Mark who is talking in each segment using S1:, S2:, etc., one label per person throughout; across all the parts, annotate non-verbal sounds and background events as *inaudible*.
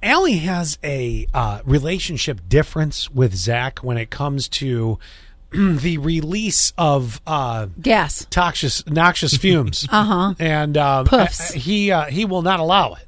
S1: Allie has a uh, relationship difference with Zach when it comes to *clears throat* the release of uh,
S2: Gas.
S1: toxic, noxious
S2: *laughs*
S1: fumes. uh huh. And um,
S2: Uh-huh. Puffs.
S1: uh, he uh, he will not allow it.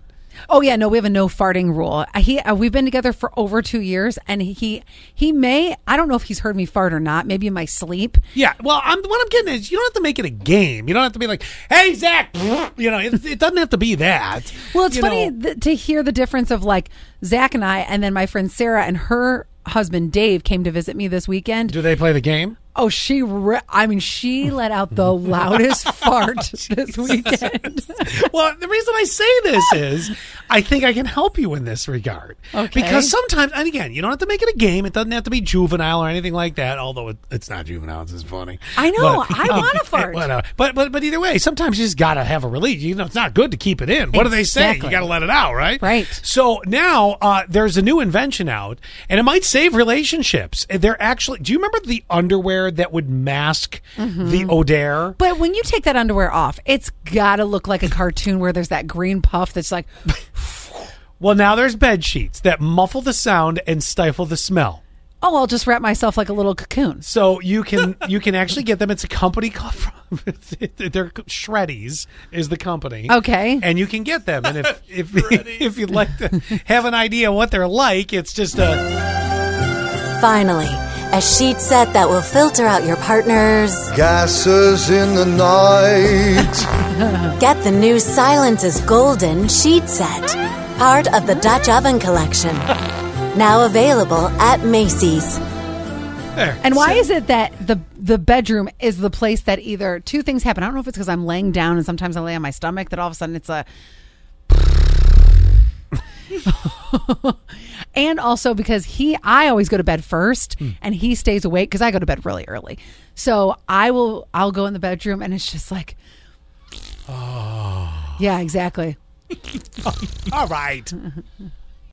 S2: Oh yeah, no, we have a no farting rule. Uh, He uh, we've been together for over two years, and he he may I don't know if he's heard me fart or not. Maybe in my sleep.
S1: Yeah. Well, I'm, what I'm getting is you don't have to make it a game. You don't have to be like, hey, Zach, *laughs* you know, it, it doesn't have to be that.
S2: Well, it's
S1: You
S2: funny
S1: know,
S2: th- to hear the difference of like Zach and I, and then my friend Sarah and her husband Dave came to visit me this weekend.
S1: do they play the game?
S2: Oh, she re- I mean she let out *laughs* the loudest fart this weekend. *laughs*
S1: *laughs* well, the reason I say this is I think I can help you in this regard.
S2: Okay.
S1: Because sometimes, and again, you don't have to make it a game. It doesn't have to be juvenile or anything like that, although it, it's not juvenile. It's just funny.
S2: I know. I
S1: *laughs*
S2: wanna fart.
S1: Whatever. But, but, but either way, sometimes you just got to have a release. You know, it's not good to keep it in. What do they say? You
S2: Exactly.
S1: got to let it out, right?
S2: Right.
S1: So now uh, there's a new invention out, and it might save relationships. They're actually, do you remember the underwear that would mask
S2: Mm-hmm.
S1: the odor?
S2: But when you take that underwear off, it's got to look like a cartoon where there's that green puff that's like,
S1: Well, now there's bed sheets that muffle the sound and stifle the smell.
S2: oh, I'll just wrap myself like a little cocoon.
S1: So you
S2: *laughs*
S1: can you can actually get them. It's a company *laughs* called from they're Shreddies is the company.
S2: Okay.
S1: and you can get them. And
S2: *laughs*
S1: if if *laughs* if you'd like to have an idea what they're like, it's just a
S3: Finally, a sheet set that will filter out your partner's.
S4: Gases in the night.
S3: Get the new Silence is Golden sheet set, part of the Dutch Oven Collection. *laughs* Now available at Macy's.
S1: there.
S2: And why is it that the the bedroom is the place that either two things happen? I don't know if it's because I'm laying down and sometimes I lay on my stomach that all of a sudden it's a *laughs* and also because he I always go to bed first and he stays awake because I go to bed really early. So I will I'll go in the bedroom and it's just like Yeah, exactly.
S1: All right,